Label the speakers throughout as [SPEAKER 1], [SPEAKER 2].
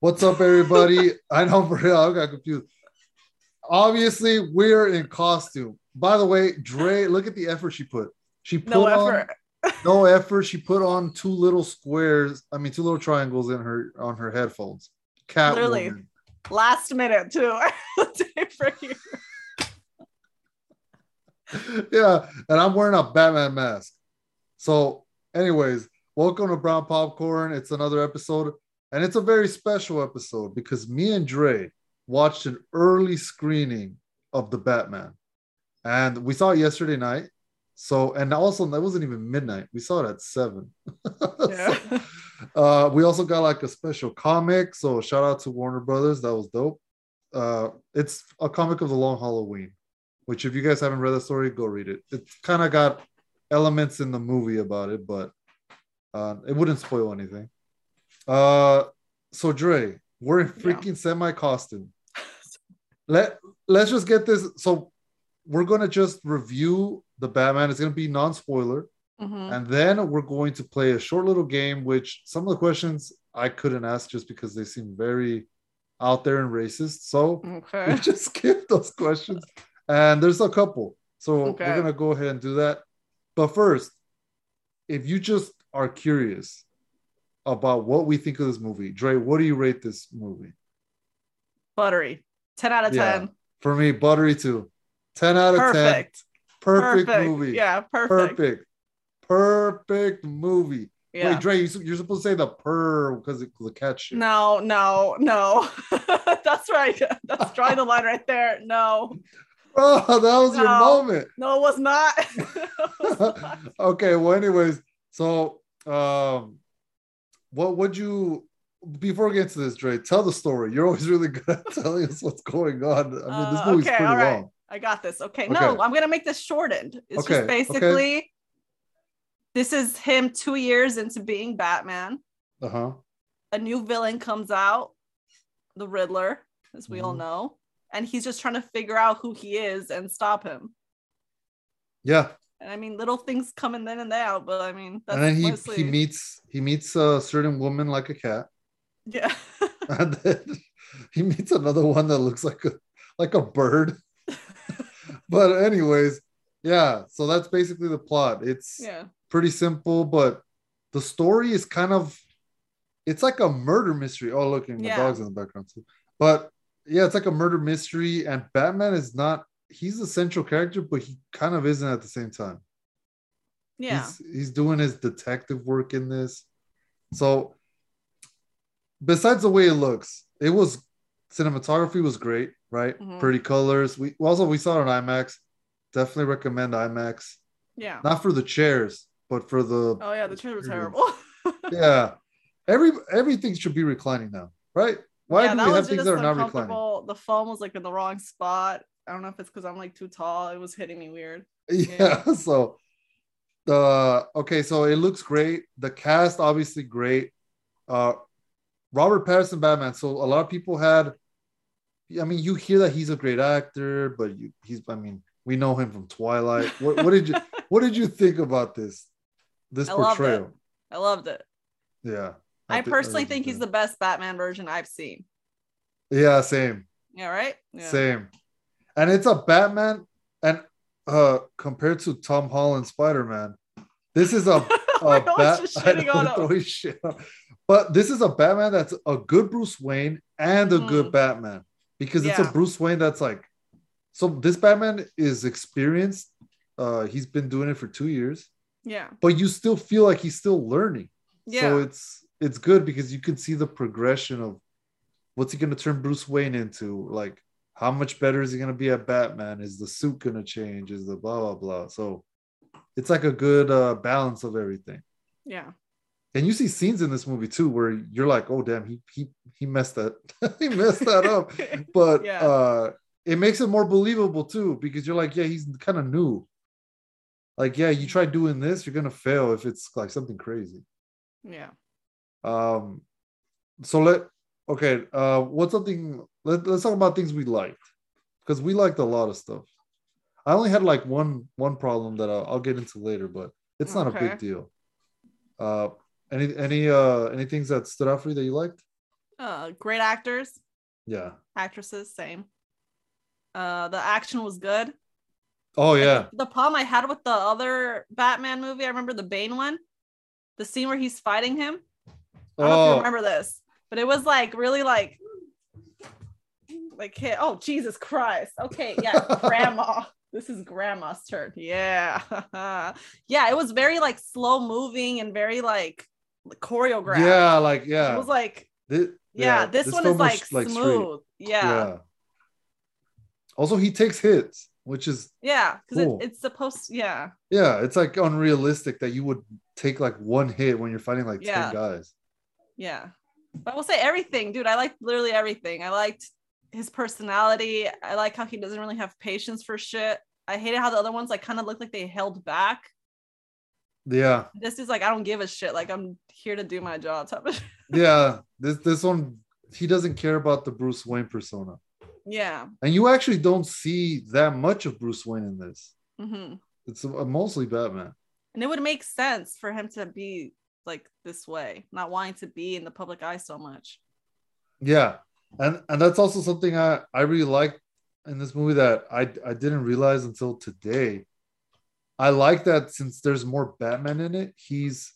[SPEAKER 1] What's up, everybody? I know for real, I got confused. Obviously, we're in costume. By the way, Dre, look at the effort she put. She put
[SPEAKER 2] No
[SPEAKER 1] on
[SPEAKER 2] effort.
[SPEAKER 1] no effort. She put on two little squares. I mean, two little triangles in her on her headphones. Cat
[SPEAKER 2] Literally.
[SPEAKER 1] woman.
[SPEAKER 2] Last minute too. Day for you.
[SPEAKER 1] yeah, and I'm wearing a Batman mask. So, anyways, welcome to Brown Popcorn. It's another episode, and it's a very special episode because me and Dre watched an early screening of the Batman, and we saw it yesterday night. So, and also that wasn't even midnight. We saw it at seven.
[SPEAKER 2] Yeah.
[SPEAKER 1] Uh, we also got like a special comic. So shout out to Warner Brothers. That was dope. Uh, it's a comic of the Long Halloween, which if you guys haven't read the story, go read it. It's kind of got elements in the movie about it, but uh, it wouldn't spoil anything. Uh, so Dre, we're in
[SPEAKER 2] Yeah.
[SPEAKER 1] freaking semi costume. Let Let's just get this. So we're gonna just review the Batman. It's gonna be non spoiler.
[SPEAKER 2] Mhm.
[SPEAKER 1] And then we're going to play a short little game, which some of the questions I couldn't ask just because they seem very out there and racist. So we
[SPEAKER 2] Okay.
[SPEAKER 1] just skip those questions. And there's a couple. So
[SPEAKER 2] Okay.
[SPEAKER 1] we're going to go ahead and do that. But first, if you just are curious about what we think of this movie, Dre, what do you rate this movie?
[SPEAKER 2] Buttery. 10 out of
[SPEAKER 1] Yeah.
[SPEAKER 2] 10.
[SPEAKER 1] For me, Buttery 2. 10 out of 10.
[SPEAKER 2] Perfect.
[SPEAKER 1] Perfect, movie.
[SPEAKER 2] Yeah, perfect.
[SPEAKER 1] Perfect. Perfect movie.
[SPEAKER 2] Yeah.
[SPEAKER 1] Wait, Dre, you, s- you're supposed to say the purr because it, the cat shit.
[SPEAKER 2] no, no, no. that's right. That's drawing the line right there. No,
[SPEAKER 1] Oh, that was your
[SPEAKER 2] No.
[SPEAKER 1] moment.
[SPEAKER 2] no, it was not. It was not.
[SPEAKER 1] okay, well, anyways, so um, what would you before we get into this, Dre? Tell the story. You're always really good at telling us what's going on. I mean, this
[SPEAKER 2] Uh,
[SPEAKER 1] movie's
[SPEAKER 2] okay,
[SPEAKER 1] pretty
[SPEAKER 2] all right.
[SPEAKER 1] long.
[SPEAKER 2] I got this. Okay.
[SPEAKER 1] Okay.
[SPEAKER 2] No, I'm gonna make this shortened. It's
[SPEAKER 1] Okay,
[SPEAKER 2] just
[SPEAKER 1] okay.
[SPEAKER 2] basically this is him two years into being Batman.
[SPEAKER 1] Uh huh.
[SPEAKER 2] A new villain comes out, the Riddler, as we all
[SPEAKER 1] Mhm.
[SPEAKER 2] know, and he's just trying to figure out who he is and stop him.
[SPEAKER 1] Yeah,
[SPEAKER 2] And I mean, little things come in then and out, but I mean, that's
[SPEAKER 1] and then he
[SPEAKER 2] mostly
[SPEAKER 1] he meets he meets a certain woman like a cat,
[SPEAKER 2] yeah.
[SPEAKER 1] and then he meets another one that looks like a like a bird. but anyways, yeah. So that's basically the plot. It's
[SPEAKER 2] yeah,
[SPEAKER 1] pretty simple, but the story is kind of it's like a murder mystery. Oh, look, and
[SPEAKER 2] Yeah.
[SPEAKER 1] the dog's in the background too. But yeah, it's like a murder mystery, and Batman is not he's the central character, but he kind of isn't at the same time.
[SPEAKER 2] yeah.
[SPEAKER 1] He's he's doing his detective work in this. So besides the way it looks, it was cinematography was great, right?
[SPEAKER 2] Mhm.
[SPEAKER 1] Pretty colors. We also we saw it on IMAX. Definitely recommend IMAX.
[SPEAKER 2] yeah.
[SPEAKER 1] Not for the chairs, but for the
[SPEAKER 2] Oh yeah, the chairs were
[SPEAKER 1] Period.
[SPEAKER 2] terrible.
[SPEAKER 1] yeah. Every everything should be reclining now, right? Why
[SPEAKER 2] yeah,
[SPEAKER 1] do
[SPEAKER 2] that
[SPEAKER 1] we
[SPEAKER 2] was
[SPEAKER 1] have things
[SPEAKER 2] just
[SPEAKER 1] that are not reclining?
[SPEAKER 2] uncomfortable. The phone was like in the wrong spot. I don't know if it's because I'm like too tall. It was hitting me weird.
[SPEAKER 1] Yeah. So the okay, so it looks great. The cast obviously great. Uh Robert Patterson Batman. So a lot of people had I mean, you hear that he's a great actor, but you he's I mean, we know him from Twilight. What, what did you what did you think about this? This
[SPEAKER 2] I loved it.
[SPEAKER 1] portrayal.
[SPEAKER 2] I loved it.
[SPEAKER 1] Yeah.
[SPEAKER 2] I,
[SPEAKER 1] thi-
[SPEAKER 2] personally
[SPEAKER 1] really
[SPEAKER 2] think he's
[SPEAKER 1] did.
[SPEAKER 2] the best Batman version I've seen.
[SPEAKER 1] yeah, same.
[SPEAKER 2] Yeah, right. Yeah.
[SPEAKER 1] Same. And it's a Batman and uh compared to Tom Holland Spider-Man, this is a, a
[SPEAKER 2] We're always
[SPEAKER 1] Oh, Bat-
[SPEAKER 2] just
[SPEAKER 1] I
[SPEAKER 2] shitting
[SPEAKER 1] know,
[SPEAKER 2] on
[SPEAKER 1] we're
[SPEAKER 2] him.
[SPEAKER 1] throwing shit on- But this is a Batman that's a good Bruce Wayne and a good Batman because it's a
[SPEAKER 2] Mm. Yeah.
[SPEAKER 1] Bruce Wayne that's like so this Batman is experienced. Uh he's been doing it for 2 years,
[SPEAKER 2] Yeah.
[SPEAKER 1] but you still feel like he's still learning.
[SPEAKER 2] Yeah.
[SPEAKER 1] So it's it's good because you can see the progression of what's he gonna turn Bruce Wayne into? Like, how much better is he gonna be at Batman? Is the suit gonna change? Is the blah blah blah? So it's like a good uh, balance of everything.
[SPEAKER 2] yeah.
[SPEAKER 1] And you see scenes in this movie too where you're like, oh damn, he he he messed that he messed that up. But
[SPEAKER 2] Yeah.
[SPEAKER 1] uh it makes it more believable too, because you're like, yeah, he's kind of new. Like, yeah, you try doing this, you're gonna fail if it's like something crazy.
[SPEAKER 2] yeah.
[SPEAKER 1] Um, so let okay. Uh, what's something? Let, let's talk about things we liked because we liked a lot of stuff. I only had like one one problem that I'll, I'll get into later, but it's not a
[SPEAKER 2] Okay.
[SPEAKER 1] big deal. Uh, any any uh any things that stood out for you that you liked?
[SPEAKER 2] Uh, great actors,
[SPEAKER 1] Yeah.
[SPEAKER 2] actresses, same. Uh, the action was good.
[SPEAKER 1] Oh yeah.
[SPEAKER 2] The problem I had with the other Batman movie, I remember the Bane one, the scene where he's fighting him. I don't know if you
[SPEAKER 1] Oh
[SPEAKER 2] remember this, but it was like really like like hit. Oh Jesus Christ! Okay, yeah, Grandma. This is Grandma's turn. Yeah, yeah. It was very like slow moving and very like choreographed.
[SPEAKER 1] yeah, like
[SPEAKER 2] it
[SPEAKER 1] yeah.
[SPEAKER 2] was like
[SPEAKER 1] Thi-
[SPEAKER 2] yeah. this, one is
[SPEAKER 1] film was,
[SPEAKER 2] like,
[SPEAKER 1] straight.
[SPEAKER 2] smooth. Yeah,
[SPEAKER 1] Also, he takes hits, which is
[SPEAKER 2] yeah. Because
[SPEAKER 1] Cool.
[SPEAKER 2] it, it's supposed. Yeah,
[SPEAKER 1] yeah, it's like unrealistic that you would take like one hit when you're fighting like
[SPEAKER 2] Yeah.
[SPEAKER 1] ten guys.
[SPEAKER 2] yeah. But I will say everything, dude. I liked literally everything. I liked his personality. I like how he doesn't really have patience for shit. I hated how the other ones like kind of looked like they held back.
[SPEAKER 1] Yeah,
[SPEAKER 2] this is like I don't give a shit. Like I'm here to do my job. Type of
[SPEAKER 1] yeah. This this one, he doesn't care about the Bruce Wayne persona,
[SPEAKER 2] yeah.
[SPEAKER 1] and you actually don't see that much of Bruce Wayne in this.
[SPEAKER 2] hmm
[SPEAKER 1] It's uh, mostly Batman.
[SPEAKER 2] And it would make sense for him to be like this way, not wanting to be in the public eye so much.
[SPEAKER 1] Yeah, and and that's also something I I really liked in this movie that I I didn't realize until today. I like that since there's more Batman in it, he's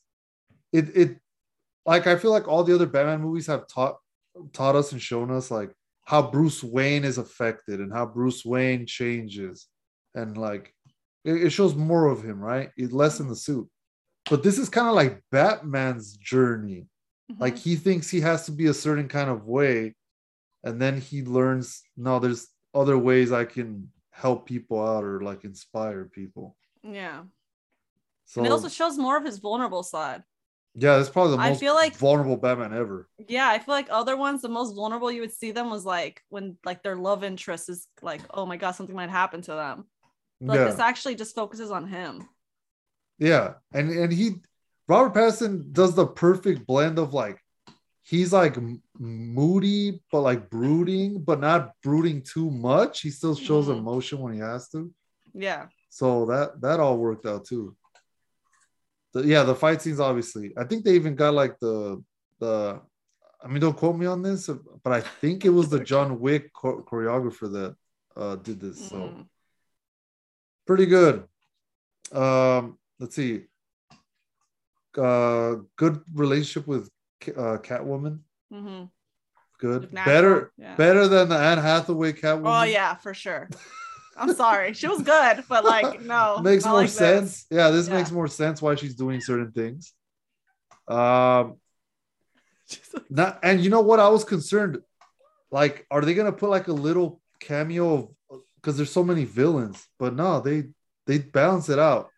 [SPEAKER 1] it it like I feel like all the other Batman movies have taught taught us and shown us like how Bruce Wayne is affected and how Bruce Wayne changes and like it, it shows more of him, right? It less in the suit. But this is kind of like Batman's journey
[SPEAKER 2] Mhm.
[SPEAKER 1] like he thinks he has to be a certain kind of way and then he learns no there's other ways i can help people out or like inspire people
[SPEAKER 2] Mm-hmm. yeah.
[SPEAKER 1] so
[SPEAKER 2] and it also shows more of his vulnerable side.
[SPEAKER 1] yeah that's probably the
[SPEAKER 2] I
[SPEAKER 1] most
[SPEAKER 2] feel like-
[SPEAKER 1] vulnerable batman ever
[SPEAKER 2] Yeah, I feel like other ones, the most vulnerable you would see them was like when like their love interest is like, oh my god, something might happen to them. But like,
[SPEAKER 1] yeah
[SPEAKER 2] this actually just focuses on him.
[SPEAKER 1] yeah and and he robert pattinson does the perfect blend of like he's like m- moody but like brooding but not brooding too much he still shows
[SPEAKER 2] Mhm.
[SPEAKER 1] emotion when he has to
[SPEAKER 2] Yeah.
[SPEAKER 1] So that that all worked out too. The- yeah, the fight scenes obviously. I think they even got like the the. I mean, don't quote me on this, but I think it was the John Wick cho- choreographer that uh, did this. So
[SPEAKER 2] Mhm.
[SPEAKER 1] pretty good. Um, let's see. Uh, good relationship with Ca- uh, Catwoman.
[SPEAKER 2] Mhm.
[SPEAKER 1] Good,
[SPEAKER 2] Natural.
[SPEAKER 1] better,
[SPEAKER 2] Yeah.
[SPEAKER 1] better than the Anne Hathaway Catwoman.
[SPEAKER 2] Oh yeah, for sure. I'm sorry. She was good, but like no.
[SPEAKER 1] makes
[SPEAKER 2] not
[SPEAKER 1] more
[SPEAKER 2] like this.
[SPEAKER 1] sense. Yeah, this
[SPEAKER 2] Yeah.
[SPEAKER 1] makes more sense why she's doing certain things. Um,
[SPEAKER 2] She's like,
[SPEAKER 1] not, and you know what? I was concerned. Like, are they gonna put like a little cameo of because there's so many villains? But no, they they balance it out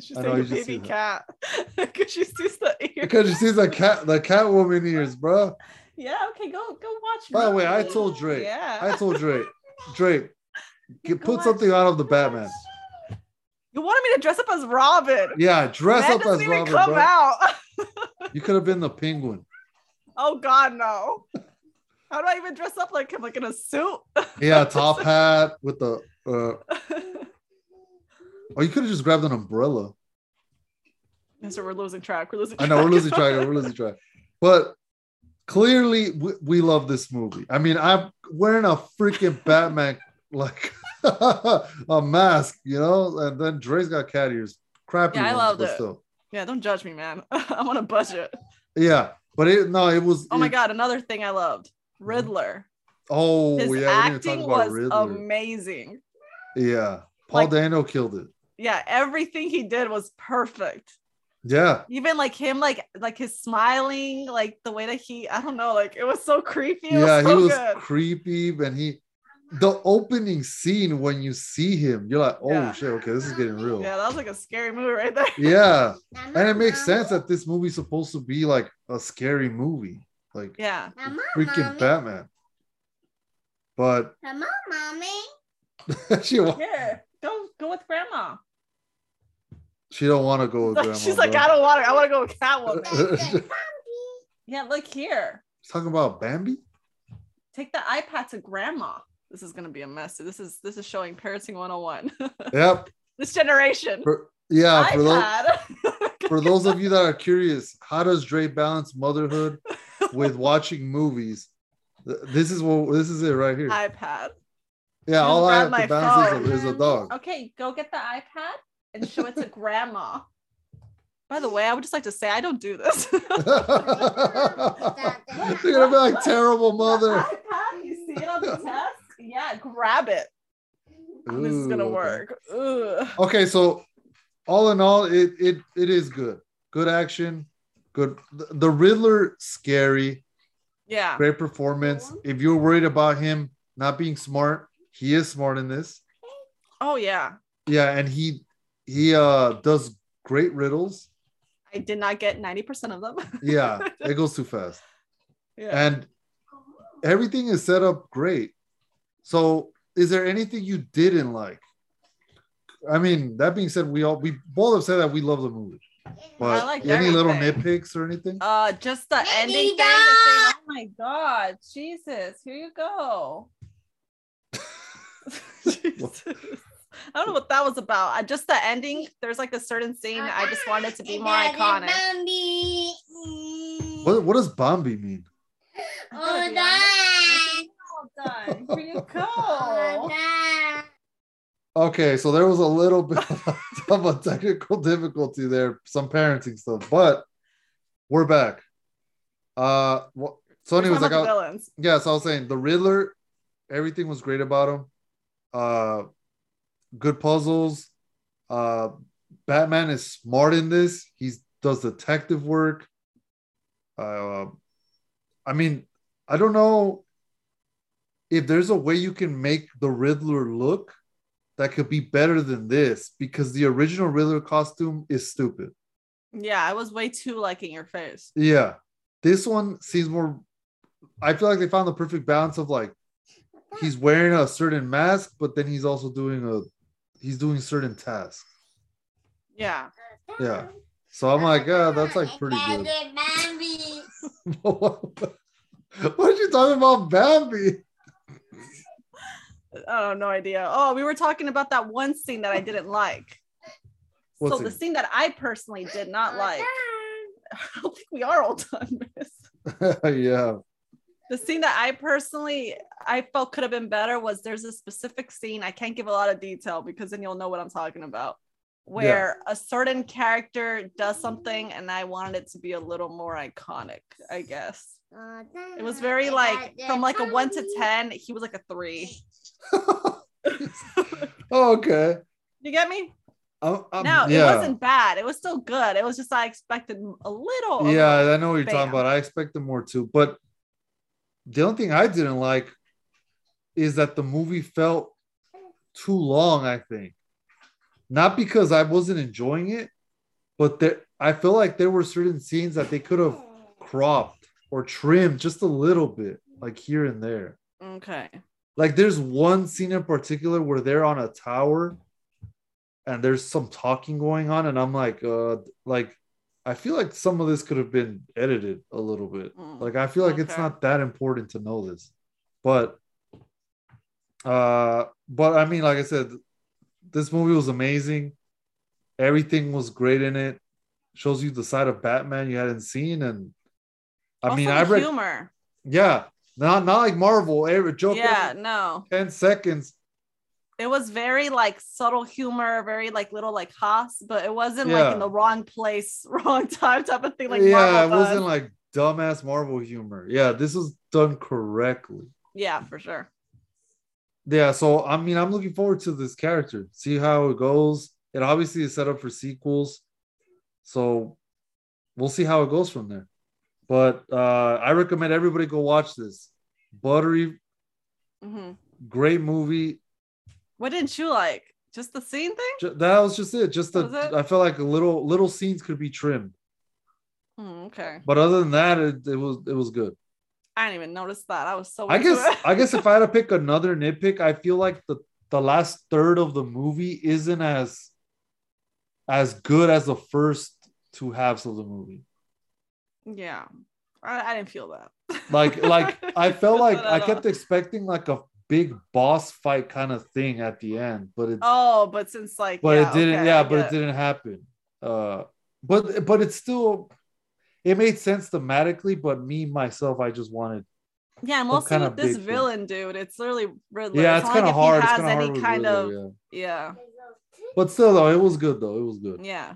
[SPEAKER 2] she's
[SPEAKER 1] I know,
[SPEAKER 2] like a
[SPEAKER 1] you just
[SPEAKER 2] baby cat. Because she sees the ear.
[SPEAKER 1] because she sees the cat the Catwoman ears, bro.
[SPEAKER 2] yeah, okay, go go watch.
[SPEAKER 1] By the way, I
[SPEAKER 2] Ruby.
[SPEAKER 1] told Drake.
[SPEAKER 2] Yeah.
[SPEAKER 1] I told Drake, Drake, get,
[SPEAKER 2] Go
[SPEAKER 1] put
[SPEAKER 2] watch-
[SPEAKER 1] something out of the Batman.
[SPEAKER 2] You wanted me to dress up as Robin.
[SPEAKER 1] Yeah, dress
[SPEAKER 2] that
[SPEAKER 1] up
[SPEAKER 2] doesn't
[SPEAKER 1] as
[SPEAKER 2] even
[SPEAKER 1] Robin,
[SPEAKER 2] come
[SPEAKER 1] bro.
[SPEAKER 2] out.
[SPEAKER 1] You could have been the Penguin.
[SPEAKER 2] oh God, no. How do I even dress up like him? Like in a suit?
[SPEAKER 1] Yeah, top hat with the. Uh, or you could have just grabbed an umbrella.
[SPEAKER 2] Mister, we're losing track. We're losing.
[SPEAKER 1] I know we're losing track. We're losing track. But clearly, we, we love this movie. I mean, I'm wearing a freaking Batman like a mask, you know. And then Dre's got cat ears, crappy
[SPEAKER 2] Yeah, I
[SPEAKER 1] ones,
[SPEAKER 2] loved
[SPEAKER 1] but
[SPEAKER 2] it.
[SPEAKER 1] still.
[SPEAKER 2] yeah, don't judge me, man. I'm on a budget.
[SPEAKER 1] Yeah, but it no, it was.
[SPEAKER 2] Oh my
[SPEAKER 1] it-
[SPEAKER 2] God, another thing I loved. Riddler.
[SPEAKER 1] Oh
[SPEAKER 2] His
[SPEAKER 1] yeah, we didn't talk
[SPEAKER 2] acting
[SPEAKER 1] about
[SPEAKER 2] was
[SPEAKER 1] Riddler.
[SPEAKER 2] amazing.
[SPEAKER 1] yeah, Paul
[SPEAKER 2] like-
[SPEAKER 1] Dano killed it.
[SPEAKER 2] yeah everything he did was perfect
[SPEAKER 1] Yeah,
[SPEAKER 2] even like him like like his smiling like the way that he i don't know like it was so creepy it
[SPEAKER 1] yeah,
[SPEAKER 2] was so
[SPEAKER 1] he was
[SPEAKER 2] good
[SPEAKER 1] creepy, and he. The opening scene when you see him, you're like, "Oh
[SPEAKER 2] Yeah.
[SPEAKER 1] shit, okay, this is getting real."
[SPEAKER 2] yeah that was like a scary movie right there
[SPEAKER 1] yeah. and it makes sense that this movie's supposed to be like a scary movie, like
[SPEAKER 2] yeah
[SPEAKER 3] Mama,
[SPEAKER 1] freaking
[SPEAKER 3] mommy.
[SPEAKER 1] Batman. But
[SPEAKER 3] Come on, mommy.
[SPEAKER 1] she wa-
[SPEAKER 2] here go go with grandma
[SPEAKER 1] she don't want to go with grandma.
[SPEAKER 2] she's like
[SPEAKER 1] bro.
[SPEAKER 2] i don't want to i want to go with catwoman
[SPEAKER 3] That's it,
[SPEAKER 2] yeah look here
[SPEAKER 1] talking about Bambi.
[SPEAKER 2] take the ipad to grandma this is going to be a mess this is this is showing parenting 101
[SPEAKER 1] Yep.
[SPEAKER 2] this generation
[SPEAKER 1] For- yeah. For those
[SPEAKER 2] ipad
[SPEAKER 1] for those of you that are curious, how does Dre balance motherhood, with watching movies. Th- This is what this is it right here.
[SPEAKER 2] iPad.
[SPEAKER 1] yeah,
[SPEAKER 2] just
[SPEAKER 1] all I
[SPEAKER 2] grab
[SPEAKER 1] have
[SPEAKER 2] my
[SPEAKER 1] to bounce
[SPEAKER 2] phone.
[SPEAKER 1] is a, is a dog.
[SPEAKER 2] Okay, go get the iPad and show it to grandma. By the way, I would just like to say I don't do this.
[SPEAKER 1] You're gonna be like terrible
[SPEAKER 2] The
[SPEAKER 1] mother.
[SPEAKER 2] iPad, you see it on the desk? Yeah, grab it. Oh, this is
[SPEAKER 1] Ooh,
[SPEAKER 2] gonna
[SPEAKER 1] okay.
[SPEAKER 2] work. Ugh.
[SPEAKER 1] Okay, so all in all, it it it is good. Good action. Good. The, the Riddler scary.
[SPEAKER 2] Yeah.
[SPEAKER 1] Great performance. If you're worried about him not being smart, he is smart in this.
[SPEAKER 2] Oh yeah.
[SPEAKER 1] Yeah, and he he uh does great riddles.
[SPEAKER 2] I did not get 90% of them.
[SPEAKER 1] Yeah, it goes too fast.
[SPEAKER 2] yeah.
[SPEAKER 1] And everything is set up great. So is there anything you didn't like? I mean, that being said, we all we both have said that we love the movie. But
[SPEAKER 2] liked
[SPEAKER 1] any little
[SPEAKER 2] everything.
[SPEAKER 1] nitpicks or anything?
[SPEAKER 2] uh just the
[SPEAKER 3] Let
[SPEAKER 2] ending
[SPEAKER 3] me
[SPEAKER 2] thing, the thing. Oh my god, Jesus, here you go. Jesus. I don't know what that was about. I just the ending, there's like a certain scene I just wanted to be more iconic.
[SPEAKER 3] Bambi.
[SPEAKER 1] What what does Bombi mean?
[SPEAKER 3] Oh,
[SPEAKER 2] Hold on, Here you go.
[SPEAKER 3] that.
[SPEAKER 1] Okay, so there was a little bit of a technical difficulty there, some parenting stuff, but we're back. Uh, wh- so anyways, like, oh.
[SPEAKER 2] Some of the
[SPEAKER 1] I,
[SPEAKER 2] villains.
[SPEAKER 1] yeah, so I was saying the Riddler, everything was great about him. Uh, good puzzles. Uh, Batman is smart in this. He does detective work. Uh, I mean, I don't know if there's a way you can make the Riddler look that could be better than this because the original Riddler costume is stupid.
[SPEAKER 2] Yeah, I was way too like in your face.
[SPEAKER 1] Yeah. This one seems more. I feel like they found the perfect balance of like he's wearing a certain mask, but then he's also doing a he's doing certain tasks.
[SPEAKER 2] Yeah.
[SPEAKER 1] Yeah. So I'm like, yeah, that's like pretty good.
[SPEAKER 3] Bambi.
[SPEAKER 1] what are you talking about, Bambi?
[SPEAKER 2] Oh, no idea. Oh, we were talking about that one scene that I didn't like.
[SPEAKER 1] What
[SPEAKER 2] so the
[SPEAKER 1] scene?
[SPEAKER 2] scene that I personally did not like. I don't think we are all done, miss.
[SPEAKER 1] yeah.
[SPEAKER 2] The scene that I personally I felt could have been better was there's a specific scene. I can't give a lot of detail because then you'll know what I'm talking about. Where a certain character does something and I wanted it to be a little more iconic, I guess. It was very like from like a one to ten, he was like a three.
[SPEAKER 1] okay.
[SPEAKER 2] You get me?
[SPEAKER 1] I'm, I'm,
[SPEAKER 2] No,
[SPEAKER 1] Um, yeah.
[SPEAKER 2] it wasn't bad. It was still good. It was just I expected a little. a little-
[SPEAKER 1] Yeah, I know what you're
[SPEAKER 2] Bam.
[SPEAKER 1] talking about. I expected more too, but the only thing I didn't like is that the movie felt too long. I think not because I wasn't enjoying it, but there I feel like there were certain scenes that they could have
[SPEAKER 2] Oh.
[SPEAKER 1] cropped or trimmed just a little bit, like here and there.
[SPEAKER 2] Mm, Okay.
[SPEAKER 1] Like there's one scene in particular where they're on a tower and there's some talking going on, and I'm like, uh like I feel like some of this could have been edited a little bit.
[SPEAKER 2] Mm.
[SPEAKER 1] Like I feel like it's
[SPEAKER 2] Okay.
[SPEAKER 1] not that important to know this. But uh but I mean, like I said, this movie was amazing. Everything was great in it. Shows you the side of Batman you hadn't seen, and I mean,
[SPEAKER 2] also
[SPEAKER 1] I
[SPEAKER 2] the
[SPEAKER 1] read,
[SPEAKER 2] humor.
[SPEAKER 1] yeah, not not like Marvel. Every joke,
[SPEAKER 2] Yeah, no.
[SPEAKER 1] every ten seconds,
[SPEAKER 2] it was very like subtle humor, very like little like Haas, but it wasn't
[SPEAKER 1] Yeah.
[SPEAKER 2] like in the wrong place, wrong time type of thing. Like
[SPEAKER 1] yeah,
[SPEAKER 2] Marvel
[SPEAKER 1] it
[SPEAKER 2] does.
[SPEAKER 1] wasn't like dumbass Marvel humor. Yeah, this was done correctly.
[SPEAKER 2] yeah, for sure.
[SPEAKER 1] Yeah, so I mean, I'm looking forward to this character. See how it goes. It obviously is set up for sequels, so we'll see how it goes from there. But uh, I recommend everybody go watch this. Buttery,
[SPEAKER 2] Mhm.
[SPEAKER 1] great movie.
[SPEAKER 2] What didn't you like? Just the scene thing?
[SPEAKER 1] Ju- that was just it. Just
[SPEAKER 2] That was
[SPEAKER 1] the
[SPEAKER 2] it?
[SPEAKER 1] I felt like little little scenes could be trimmed,
[SPEAKER 2] Hmm, okay,
[SPEAKER 1] but other than that, it, it was it was good.
[SPEAKER 2] I didn't even notice that. I was so.
[SPEAKER 1] I
[SPEAKER 2] into
[SPEAKER 1] guess
[SPEAKER 2] it.
[SPEAKER 1] I guess if I had to pick another nitpick, I feel like the the last third of the movie isn't as as good as the first two halves of the movie.
[SPEAKER 2] yeah, I, I didn't feel that.
[SPEAKER 1] Like like I felt
[SPEAKER 2] feel
[SPEAKER 1] like
[SPEAKER 2] that
[SPEAKER 1] I
[SPEAKER 2] at
[SPEAKER 1] kept
[SPEAKER 2] all.
[SPEAKER 1] expecting like a big boss fight kind of thing at the end, but it
[SPEAKER 2] Oh, but since like.
[SPEAKER 1] but
[SPEAKER 2] yeah,
[SPEAKER 1] it didn't
[SPEAKER 2] okay,
[SPEAKER 1] yeah,
[SPEAKER 2] I
[SPEAKER 1] but it
[SPEAKER 2] get
[SPEAKER 1] didn't happen. Uh but but it's still it made sense thematically, but me myself, I just wanted
[SPEAKER 2] Yeah, mostly
[SPEAKER 1] kinda
[SPEAKER 2] with
[SPEAKER 1] big
[SPEAKER 2] this
[SPEAKER 1] thing.
[SPEAKER 2] villain dude. It's really Riddler.
[SPEAKER 1] yeah, it's,
[SPEAKER 2] not
[SPEAKER 1] kind
[SPEAKER 2] like
[SPEAKER 1] of
[SPEAKER 2] if
[SPEAKER 1] hard.
[SPEAKER 2] He
[SPEAKER 1] It's
[SPEAKER 2] has
[SPEAKER 1] kind of hard
[SPEAKER 2] any
[SPEAKER 1] with
[SPEAKER 2] kind
[SPEAKER 1] Riddler,
[SPEAKER 2] of
[SPEAKER 1] yeah.
[SPEAKER 2] yeah,
[SPEAKER 1] But still, though, it was good though. It was good.
[SPEAKER 2] yeah.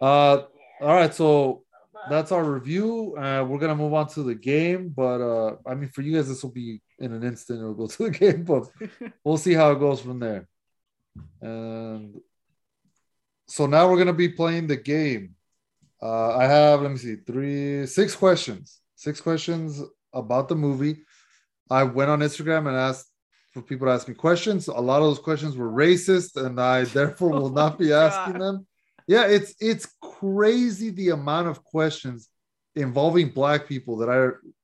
[SPEAKER 1] Uh, all right, so that's our review. Uh, we're gonna move on to the game, but uh, I mean, for you guys, this will be in an instant. It'll go to the game, but we'll see how it goes from there. And so now we're gonna be playing the game. Uh, I have let me see, three, six questions, six questions about the movie. I went on Instagram and asked for people to ask me questions. A lot of those questions were racist, and I therefore will
[SPEAKER 2] Oh
[SPEAKER 1] not be
[SPEAKER 2] my
[SPEAKER 1] asking
[SPEAKER 2] God.
[SPEAKER 1] them. Yeah, it's it's crazy the amount of questions involving black people that I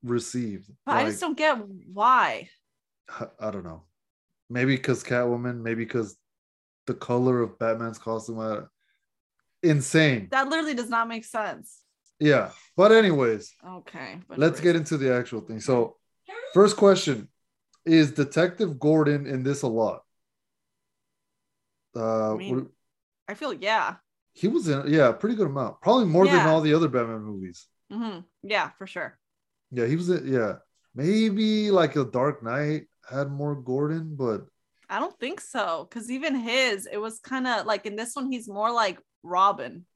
[SPEAKER 1] received.
[SPEAKER 2] But I
[SPEAKER 1] Like,
[SPEAKER 2] just don't get why.
[SPEAKER 1] I don't know. Maybe because Catwoman, maybe because the color of Batman's costume. Uh, insane.
[SPEAKER 2] That literally does not make sense.
[SPEAKER 1] Yeah. But anyways,
[SPEAKER 2] Okay, but
[SPEAKER 1] let's get into the actual thing. So, first question is Detective Gordon in this a lot? Uh,
[SPEAKER 2] I mean-
[SPEAKER 1] what-
[SPEAKER 2] I feel yeah.
[SPEAKER 1] he was in yeah, pretty good amount. Probably more than
[SPEAKER 2] Yeah.
[SPEAKER 1] all the other Batman movies.
[SPEAKER 2] hmm Yeah, for sure.
[SPEAKER 1] Yeah, he was. A, yeah, maybe like a Dark Knight had more Gordon, but
[SPEAKER 2] I don't think so because even his it was kind of like in this one he's more like Robin.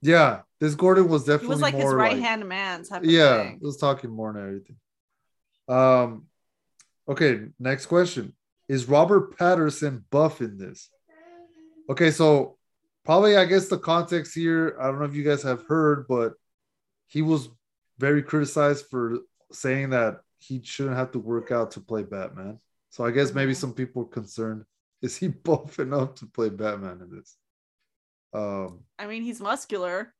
[SPEAKER 1] yeah, this Gordon was
[SPEAKER 2] He
[SPEAKER 1] definitely
[SPEAKER 2] was like
[SPEAKER 1] more
[SPEAKER 2] his right hand man type. Of
[SPEAKER 1] yeah,
[SPEAKER 2] thing.
[SPEAKER 1] he was talking more and everything. Um, okay, next question is Robert Patterson buff in this? Okay, so probably I guess the context here. I don't know if you guys have heard, but he was very criticized for saying that he shouldn't have to work out to play Batman. So I guess maybe
[SPEAKER 2] Mhm.
[SPEAKER 1] some people are concerned is he buff enough to play Batman in this? Um,
[SPEAKER 2] I mean he's muscular.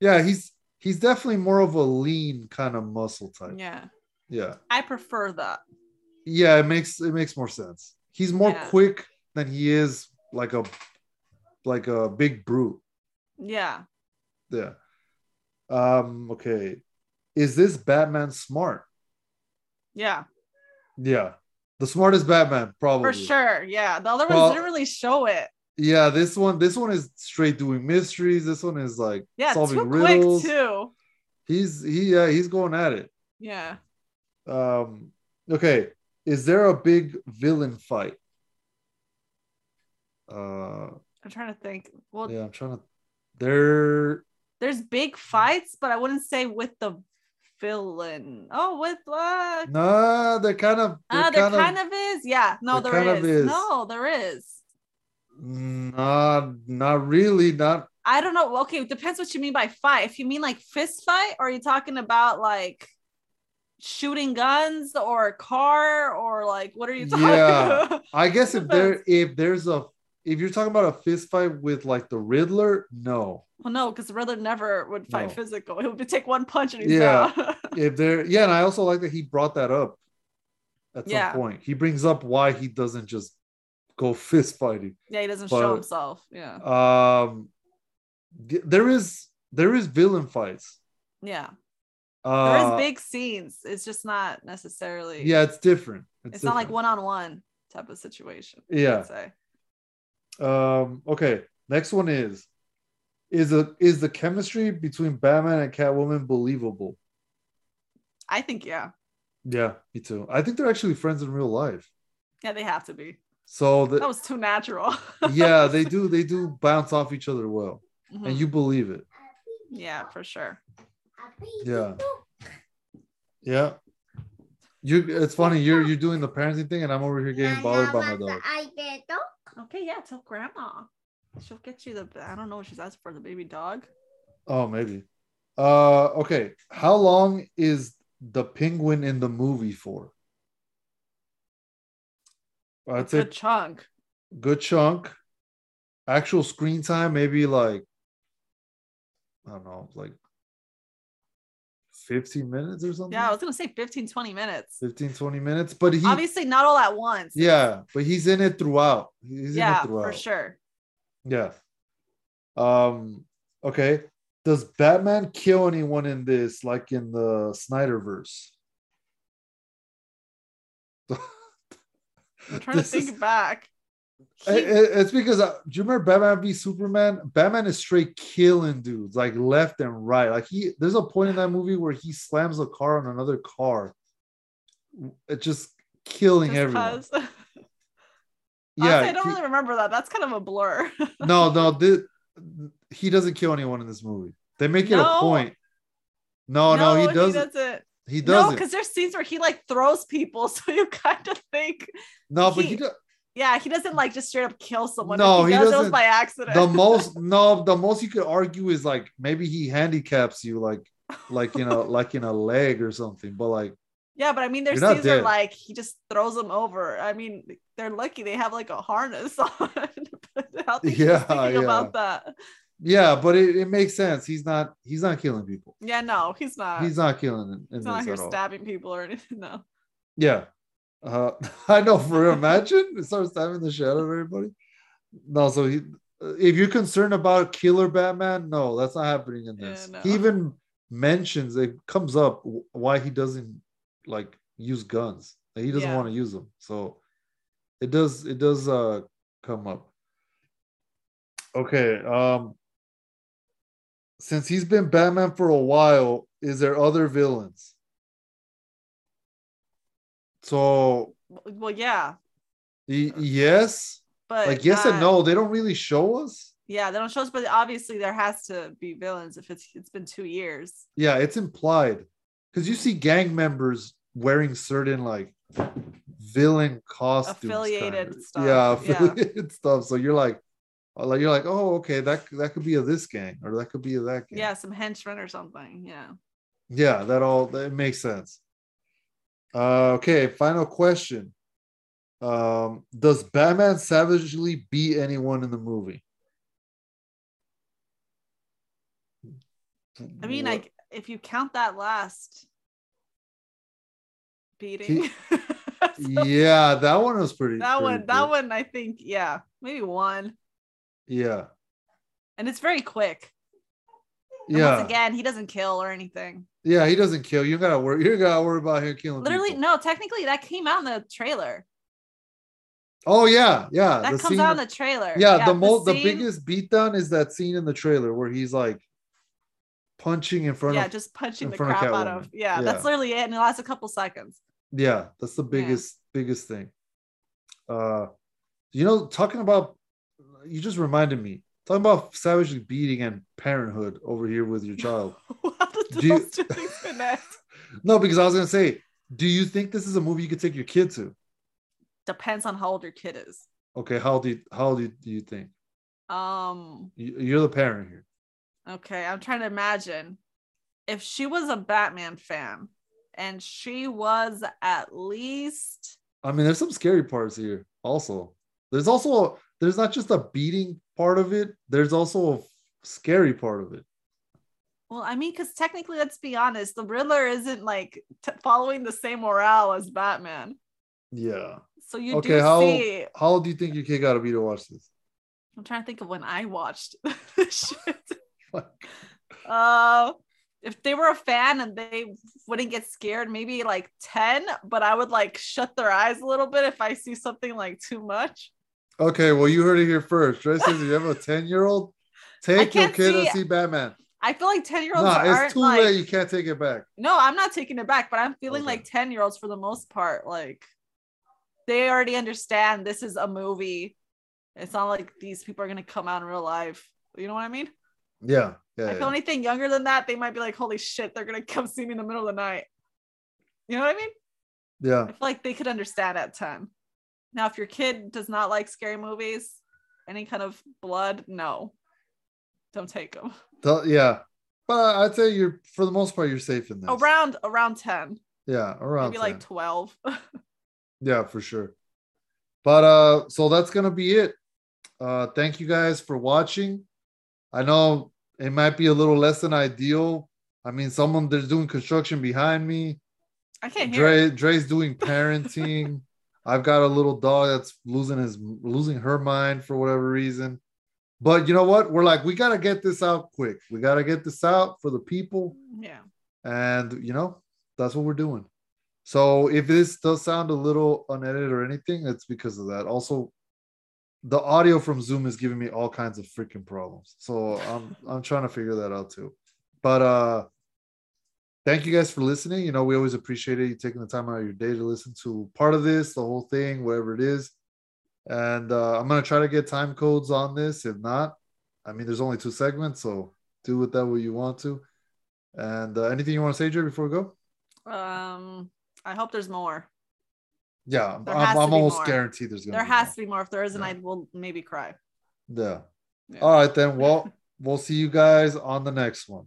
[SPEAKER 1] yeah, he's he's definitely more of a lean kind of muscle type.
[SPEAKER 2] Yeah,
[SPEAKER 1] Yeah,
[SPEAKER 2] I prefer that.
[SPEAKER 1] yeah, it makes it makes more sense. He's more
[SPEAKER 2] Yeah.
[SPEAKER 1] quick than he is like a like a big brute.
[SPEAKER 2] Yeah,
[SPEAKER 1] Yeah. Um, okay. Is this Batman smart?
[SPEAKER 2] yeah.
[SPEAKER 1] Yeah. The smartest Batman, probably.
[SPEAKER 2] For sure. Yeah. The other ones
[SPEAKER 1] Well-
[SPEAKER 2] didn't really show it.
[SPEAKER 1] Yeah, this one, this one is straight doing mysteries. This one is like
[SPEAKER 2] Yeah.
[SPEAKER 1] solving
[SPEAKER 2] Too
[SPEAKER 1] riddles.
[SPEAKER 2] quick, too.
[SPEAKER 1] He's he yeah, he's going at it.
[SPEAKER 2] Yeah.
[SPEAKER 1] Um, okay. Is there a big villain fight? Uh
[SPEAKER 2] I'm trying to think. Well,
[SPEAKER 1] yeah, I'm trying to there
[SPEAKER 2] there's big fights, but I wouldn't say with the villain. Oh, with uh,
[SPEAKER 1] nah, they're kind of they're
[SPEAKER 2] ah, there
[SPEAKER 1] kind of,
[SPEAKER 2] kind of is. Yeah. No,
[SPEAKER 1] there
[SPEAKER 2] there
[SPEAKER 1] kind of
[SPEAKER 2] is.
[SPEAKER 1] is.
[SPEAKER 2] No, there is.
[SPEAKER 1] nah, not really, not
[SPEAKER 2] I don't know. Okay, it depends what you mean by fight. If you mean like fist fight, or are you talking about like shooting guns or a car or like what are you talking
[SPEAKER 1] Yeah.
[SPEAKER 2] about?
[SPEAKER 1] I guess if there
[SPEAKER 2] Depends.
[SPEAKER 1] if there's a if you're talking about a fist fight with like the Riddler, no.
[SPEAKER 2] Well, no, because Riddler never would fight
[SPEAKER 1] No.
[SPEAKER 2] physical. He would take one punch and he's
[SPEAKER 1] Yeah.
[SPEAKER 2] out.
[SPEAKER 1] If there, yeah, and I also like that he brought that up at
[SPEAKER 2] Yeah.
[SPEAKER 1] some point. He brings up why he doesn't just go fist fighting.
[SPEAKER 2] yeah, he doesn't
[SPEAKER 1] But-
[SPEAKER 2] show himself. Yeah.
[SPEAKER 1] Um, th- there is there is villain fights.
[SPEAKER 2] Yeah. There is
[SPEAKER 1] Uh,
[SPEAKER 2] big scenes. It's just not necessarily
[SPEAKER 1] yeah, it's different.
[SPEAKER 2] It's, not like
[SPEAKER 1] different.
[SPEAKER 2] one on one type of situation.
[SPEAKER 1] Yeah.
[SPEAKER 2] I'd say.
[SPEAKER 1] Um, okay, next one is is a is the chemistry between Batman and Catwoman believable?
[SPEAKER 2] I think yeah.
[SPEAKER 1] Yeah, me too. I think they're actually friends in real life.
[SPEAKER 2] Yeah, they have to be.
[SPEAKER 1] So
[SPEAKER 2] That
[SPEAKER 1] the,
[SPEAKER 2] was too natural.
[SPEAKER 1] yeah, they do they do bounce off each other well, and
[SPEAKER 2] Mhm.
[SPEAKER 1] you believe it.
[SPEAKER 2] yeah, for sure.
[SPEAKER 1] Yeah. Yeah, you. It's funny you're you're doing the parenting thing, and I'm over here getting bothered by my dog.
[SPEAKER 2] Okay, yeah, tell grandma. She'll get you the I don't know what she's asking for, the baby dog.
[SPEAKER 1] Oh, maybe. Uh, okay. How long is the penguin in the movie for? I'd
[SPEAKER 2] It's a
[SPEAKER 1] say
[SPEAKER 2] chunk.
[SPEAKER 1] good chunk. Actual screen time, maybe like I don't know, like 15 minutes or something.
[SPEAKER 2] Yeah, I was gonna say 15, 20 minutes.
[SPEAKER 1] 15, 20 minutes. But he
[SPEAKER 2] Obviously not all at once.
[SPEAKER 1] yeah, but he's in it throughout. He's
[SPEAKER 2] yeah,
[SPEAKER 1] in it throughout.
[SPEAKER 2] for sure.
[SPEAKER 1] Yeah. Um, okay. Does Batman kill anyone in this, like in the Snyderverse?
[SPEAKER 2] I'm trying to
[SPEAKER 1] This is-
[SPEAKER 2] think back.
[SPEAKER 1] It- it- it's because uh, do you remember Batman v Superman? Batman is straight killing dudes like left and right. Like he, there's a point in that movie where he slams a car on another car, it just killing
[SPEAKER 2] just
[SPEAKER 1] everyone.
[SPEAKER 2] 'cause. Honestly,
[SPEAKER 1] Yeah,
[SPEAKER 2] I don't
[SPEAKER 1] he-
[SPEAKER 2] really remember that. That's kind of a blur.
[SPEAKER 1] no, no, thi- he doesn't kill anyone in this movie. They make it
[SPEAKER 2] No.
[SPEAKER 1] a point. No, Oh, no, he doesn't. He
[SPEAKER 2] No,
[SPEAKER 1] doesn't.
[SPEAKER 2] because there's scenes where he like throws people, so you kind of think,
[SPEAKER 1] No, but
[SPEAKER 2] he-
[SPEAKER 1] he, do-
[SPEAKER 2] yeah, he doesn't like just straight up kill someone.
[SPEAKER 1] No,
[SPEAKER 2] if he,
[SPEAKER 1] he
[SPEAKER 2] does, it was
[SPEAKER 1] doesn't.
[SPEAKER 2] by accident.
[SPEAKER 1] the most no the most you could argue is like maybe he handicaps you like like you know like in a leg or something but like
[SPEAKER 2] yeah, but I mean, there's
[SPEAKER 1] You're not
[SPEAKER 2] scenes where
[SPEAKER 1] dead.
[SPEAKER 2] like he just throws them over. I mean, they're lucky they have like a harness on. How think yeah,
[SPEAKER 1] Yeah,
[SPEAKER 2] thinking
[SPEAKER 1] yeah.
[SPEAKER 2] about that.
[SPEAKER 1] yeah but it, it makes sense he's not he's not killing people
[SPEAKER 2] Yeah, no, he's not.
[SPEAKER 1] he's not killing in, in
[SPEAKER 2] He's Uh, not out
[SPEAKER 1] this
[SPEAKER 2] here
[SPEAKER 1] at all
[SPEAKER 2] stabbing people or anything. No.
[SPEAKER 1] yeah uh i know for real. imagine it starts stabbing the shit out of everybody no so he if you're concerned about killer batman no that's not happening in
[SPEAKER 2] Yeah,
[SPEAKER 1] this
[SPEAKER 2] no.
[SPEAKER 1] he even mentions it comes up wh- why he doesn't like use guns Like, he doesn't
[SPEAKER 2] Yeah.
[SPEAKER 1] want to use them so it does it does uh come up okay um since he's been batman for a while is there other villains so
[SPEAKER 2] Well, yeah,
[SPEAKER 1] y- yes
[SPEAKER 2] Uh, but
[SPEAKER 1] like yes and
[SPEAKER 2] not-
[SPEAKER 1] no they don't really show us
[SPEAKER 2] Yeah, they don't show us, but obviously there has to be villains if it's it's been two years.
[SPEAKER 1] Yeah, it's implied because you see gang members wearing certain like villain costumes, kinda.
[SPEAKER 2] Affiliated stuff,
[SPEAKER 1] Yeah,
[SPEAKER 2] yeah.
[SPEAKER 1] affiliated stuff. So you're like, oh, like you're like, oh, okay, that that could be of this gang or that could be of that gang.
[SPEAKER 2] Yeah, some henchmen or something. Yeah.
[SPEAKER 1] yeah, that all that makes sense. Uh, okay, final question. Um, does Batman savagely beat anyone in the movie?
[SPEAKER 2] I mean,
[SPEAKER 1] Wha-
[SPEAKER 2] like if you count that last beating,
[SPEAKER 1] He- yeah, that one was pretty.
[SPEAKER 2] that
[SPEAKER 1] pretty
[SPEAKER 2] one, that
[SPEAKER 1] good.
[SPEAKER 2] one, I think, yeah, maybe one,
[SPEAKER 1] Yeah,
[SPEAKER 2] and it's very quick. And Once
[SPEAKER 1] yeah,
[SPEAKER 2] again, he doesn't kill or anything.
[SPEAKER 1] yeah. He doesn't kill. You gotta worry. You gotta worry about him killing.
[SPEAKER 2] Literally,
[SPEAKER 1] people.
[SPEAKER 2] no. Technically, that came out in the trailer.
[SPEAKER 1] Oh yeah, yeah.
[SPEAKER 2] That
[SPEAKER 1] the
[SPEAKER 2] comes
[SPEAKER 1] scene-
[SPEAKER 2] out in the trailer.
[SPEAKER 1] yeah, the most, the
[SPEAKER 2] scene-
[SPEAKER 1] biggest beatdown is that scene in the trailer where he's like punching in front
[SPEAKER 2] Yeah,
[SPEAKER 1] of.
[SPEAKER 2] just punching
[SPEAKER 1] in
[SPEAKER 2] the
[SPEAKER 1] front of
[SPEAKER 2] crap out
[SPEAKER 1] Catwoman.
[SPEAKER 2] of. Yeah,
[SPEAKER 1] Yeah.
[SPEAKER 2] that's literally it, and it lasts a couple seconds.
[SPEAKER 1] Yeah, that's the biggest, biggest thing. Uh, you know, talking about, you just reminded me. Talking about savagely beating and parenthood over here with your child.
[SPEAKER 2] How did
[SPEAKER 1] Do you-
[SPEAKER 2] those two things connect?
[SPEAKER 1] no, because I was gonna say, do you think this is a movie you could take your kid to?
[SPEAKER 2] Depends on how old your kid is.
[SPEAKER 1] Okay, how do you, how do you, do you think?
[SPEAKER 2] Um,
[SPEAKER 1] You- You're the parent here.
[SPEAKER 2] okay, I'm trying to imagine if she was a Batman fan and she was at least
[SPEAKER 1] I mean, there's some scary parts here. Also, there's also there's not just a beating part of it. There's also a scary part of it.
[SPEAKER 2] well, I mean, because technically, let's be honest, the Riddler isn't like t- following the same morale as Batman.
[SPEAKER 1] Yeah.
[SPEAKER 2] So you
[SPEAKER 1] Okay,
[SPEAKER 2] do
[SPEAKER 1] how-
[SPEAKER 2] see.
[SPEAKER 1] How old do you think your kid got to be to watch this?
[SPEAKER 2] I'm trying to think of when I watched this shit.
[SPEAKER 1] Fuck.
[SPEAKER 2] Uh, if they were a fan and they wouldn't get scared, maybe like 10, but I would like shut their eyes a little bit if I see something like too much.
[SPEAKER 1] Okay, well you heard it here first. Dre says if you have a ten year old, take your
[SPEAKER 2] can't
[SPEAKER 1] kid
[SPEAKER 2] see-
[SPEAKER 1] and see Batman.
[SPEAKER 2] I feel like 10 year olds
[SPEAKER 1] Nah,
[SPEAKER 2] aren't
[SPEAKER 1] it's too
[SPEAKER 2] like,
[SPEAKER 1] late. You can't take it back.
[SPEAKER 2] no, I'm not taking it back, but I'm feeling
[SPEAKER 1] Okay.
[SPEAKER 2] like 10 year olds for the most part, like they already understand this is a movie. It's not like these people are going to come out in real life. You know what I mean?
[SPEAKER 1] Yeah, yeah.
[SPEAKER 2] I feel
[SPEAKER 1] yeah.
[SPEAKER 2] anything younger than that, they might be like, holy shit, they're going to come see me in the middle of the night. You know what I mean?
[SPEAKER 1] yeah.
[SPEAKER 2] I feel like they could understand at 10. Now, if your kid does not like scary movies, any kind of blood, no, don't take them.
[SPEAKER 1] Th- yeah. But I'd say you're for the most part you're safe in this.
[SPEAKER 2] Around around 10,
[SPEAKER 1] yeah, around
[SPEAKER 2] maybe like
[SPEAKER 1] 10.
[SPEAKER 2] 12.
[SPEAKER 1] Yeah, for sure. But uh, so that's gonna be it. Uh, thank you guys for watching. I know it might be a little less than ideal. I mean, someone there's doing construction behind me.
[SPEAKER 2] I can't hear. it.
[SPEAKER 1] Dre, Dre's doing parenting. I've got a little dog that's losing his losing her mind for whatever reason. But you know what? We're like, we gotta get this out quick. We gotta get this out for the people.
[SPEAKER 2] Yeah.
[SPEAKER 1] And you know, that's what we're doing. So if this does sound a little unedited or anything, it's because of that. Also, the audio from Zoom is giving me all kinds of freaking problems. So I'm I'm trying to figure that out too. But uh thank you guys for listening. You know, we always appreciate it. You taking the time out of your day to listen to part of this, the whole thing, whatever it is. And uh, I'm gonna try to get time codes on this. If not, I mean there's only two segments, so do with that what you want to. And uh, anything you want to say, Jay, before we go?
[SPEAKER 2] Um, I hope there's more.
[SPEAKER 1] Yeah, I'm,
[SPEAKER 2] There has
[SPEAKER 1] I'm
[SPEAKER 2] to be
[SPEAKER 1] almost
[SPEAKER 2] more.
[SPEAKER 1] guaranteed there's gonna
[SPEAKER 2] There
[SPEAKER 1] be
[SPEAKER 2] has
[SPEAKER 1] more.
[SPEAKER 2] to be more. If there isn't,
[SPEAKER 1] Yeah.
[SPEAKER 2] I will maybe cry.
[SPEAKER 1] Yeah.
[SPEAKER 2] Yeah.
[SPEAKER 1] All right then. Well, we'll see you guys on the next one.